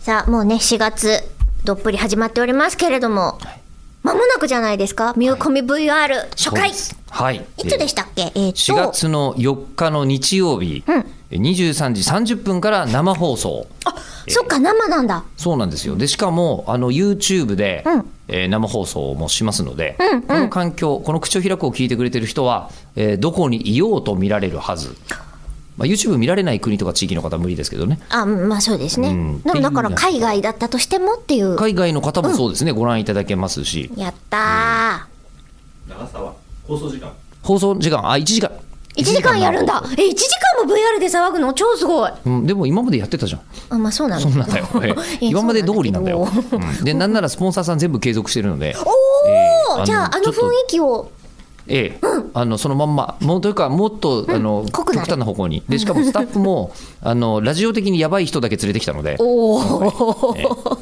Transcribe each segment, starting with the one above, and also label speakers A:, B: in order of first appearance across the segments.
A: さあ、もうね、4月、どっぷり始まっておりますけれども、まもなくじゃないですか、見込み VR 初
B: そう
A: 回。
B: で
A: い
B: すはい。
A: つでしたっけえー
B: 4
A: っと、
B: 月の4日の日曜日、23時30分から生放送。
A: あ、そっか、生なんだ。
B: そうなんですよ。でしかもあの YouTube で、
A: うん
B: えー生放送もしますので、
A: うんうん
B: この環境、この口を開くを聞いてくれてる人は、えーどこにいようと見られるはず。まあ YouTube 見られない国とか地域の方は無理ですけどね。
A: あ、うんまあそうですね。
B: うん
A: でもだから
B: っていう
A: 海外だったとしてもっていう。
B: 海外の方もそうですね、ご覧いただけますし、
A: やった
C: 長さは放送時間
B: 放送時間あ1時間。
A: ー。1時間やるんだ。え、1時間も VR で騒ぐの超すごい。
B: うん、でも今までやってたじゃん。
A: あ、まあそうなんだ。
B: そうなんだ よ。 え
A: いや
B: 今まで通りなんだよ
A: そうなんだ。けど
B: うんで、なんならスポンサーさん全部継続してるので。
A: おー、
B: えー
A: じゃああ
B: ち
A: の
B: ょっ
A: 雰
B: と
A: 囲気を。
B: ええ、あのそのまんま、もうというか、もっと、あの
A: 濃く
B: 極
A: なる
B: 端な方向に、でしかもスタッフもあのラジオ的にやばい人だけ連れてきたので、
A: おお、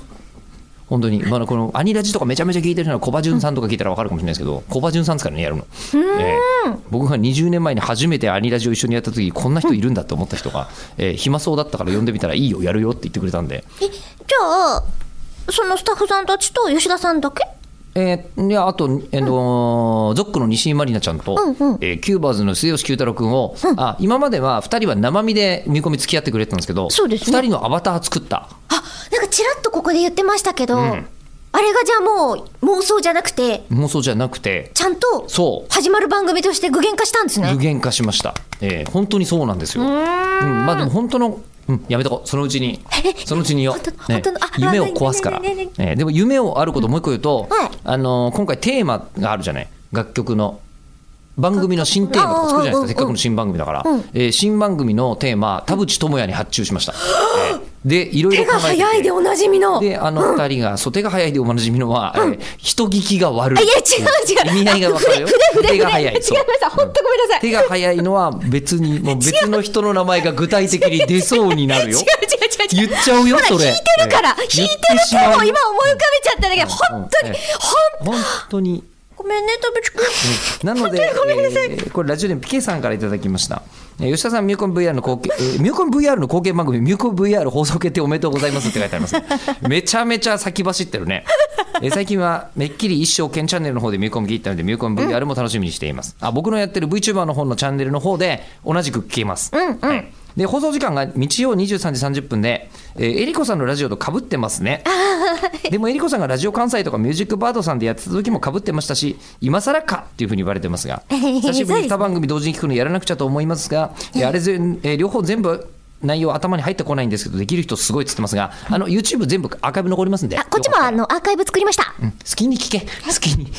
B: 本当に、まあ、このアニラジとかめちゃめちゃ聞いてるのは、コバジュンさんとか聞いたら分かるかもしれないですけど、コバジュンさんですからね、やるの、ええ僕が20年前に初めてアニラジを一緒にやった時こんな人いるんだって思った人が、ええ暇そうだったから呼んでみたら、いいよ、やるよって言ってくれたんで、
A: え、じゃあ、そのスタッフさんたちと吉田さんだけ
B: えー、いやあと、えーのゾックの西井まりなちゃんと、
A: うんうん
B: えーキューバーズの末吉九太郎君を、あ今までは2人は生身で見込み付き合ってくれてたんですけど
A: そうですね
B: 2人のアバター作っ
A: あ、
B: た
A: なんかちらっとここで言ってましたけど、
B: ん
A: あれがじゃあもう妄想じゃなくて、
B: 妄想じゃなくて
A: ちゃんと
B: そう
A: 始まる番組として具現化したんですね
B: 具。現化しました、えー本当にそうなんですよ、うんまあ、でも本当の、うん、やめとこうそのうちに
A: え
B: そのうちによ、
A: 本当の
B: ね
A: 本当のあ、
B: 夢を壊すから、
A: ねねねね
B: えーでも夢をあることもう一個言うと、
A: はい
B: あのー今回テーマがあるじゃない楽曲の番組の新テーマとか作るじゃないですかせっかくの新番組だから、
A: うん
B: えー新番組のテーマ田淵智也に発注しました、えーでいろいろ
A: 手
B: 考
A: が
B: えて
A: 早いで
B: て
A: おなじみの。いや、違
B: であの二人が、そう手が早いでおなじみのは、えー人聞きが悪
A: 違
B: い
A: う違う。
B: 意味合いが わかるよ
A: 筆筆筆
B: 手が早い
A: 違いま
B: そう
A: した。本当ごめんなさい。
B: 手が早いのは別にもう別の人の名前が具体的に出そうになる よ
A: 違う違う違う違う。
B: 言っちゃうよ
A: ほら、
B: それ
A: 引いてるから、
B: え
A: 引
B: え
A: いてるから、もう
B: 言ってしまうよ
A: 今思い浮かべちゃったんだけど、本当に、
B: うんええ
A: ほん、
B: 本当に
A: ごめんね、田淵くん。
B: なので、
A: ごめんなさ
B: えーこれラジオネームピケさんからいただきました。えー吉田さん、ミューコン VR の貢献、えーミューコン VR の貢献番組、ミューコン VR 放送決定おめでとうございますって書いてありますね。 めちゃめちゃ先走ってるね。えー最近はめっきり一生ケンチャンネルの方でミューコン聞いたので、ミューコン VR も楽しみにしています。あ、僕のやってる VTuber の方のチャンネルの方で同じく聞けます。
A: うんうん
B: はいで放送時間が日曜23時30分で、えー、えりこさんのラジオとかぶってますね。でもえりこさんがラジオ関西とかミュージックバードさんでやってた時もかぶってましたし今更かっていうふうに言われてます が久しぶりに2番組同時に聞くのやらなくちゃと思いますがえーあれぜ、えー両方全部内容頭に入ってこないんですけどできる人すごいっつってますがあの YouTube 全部アーカイブ残りますんで
A: あ、こっちもあの、アーカイブ作りました。
B: 好きに聞け好きに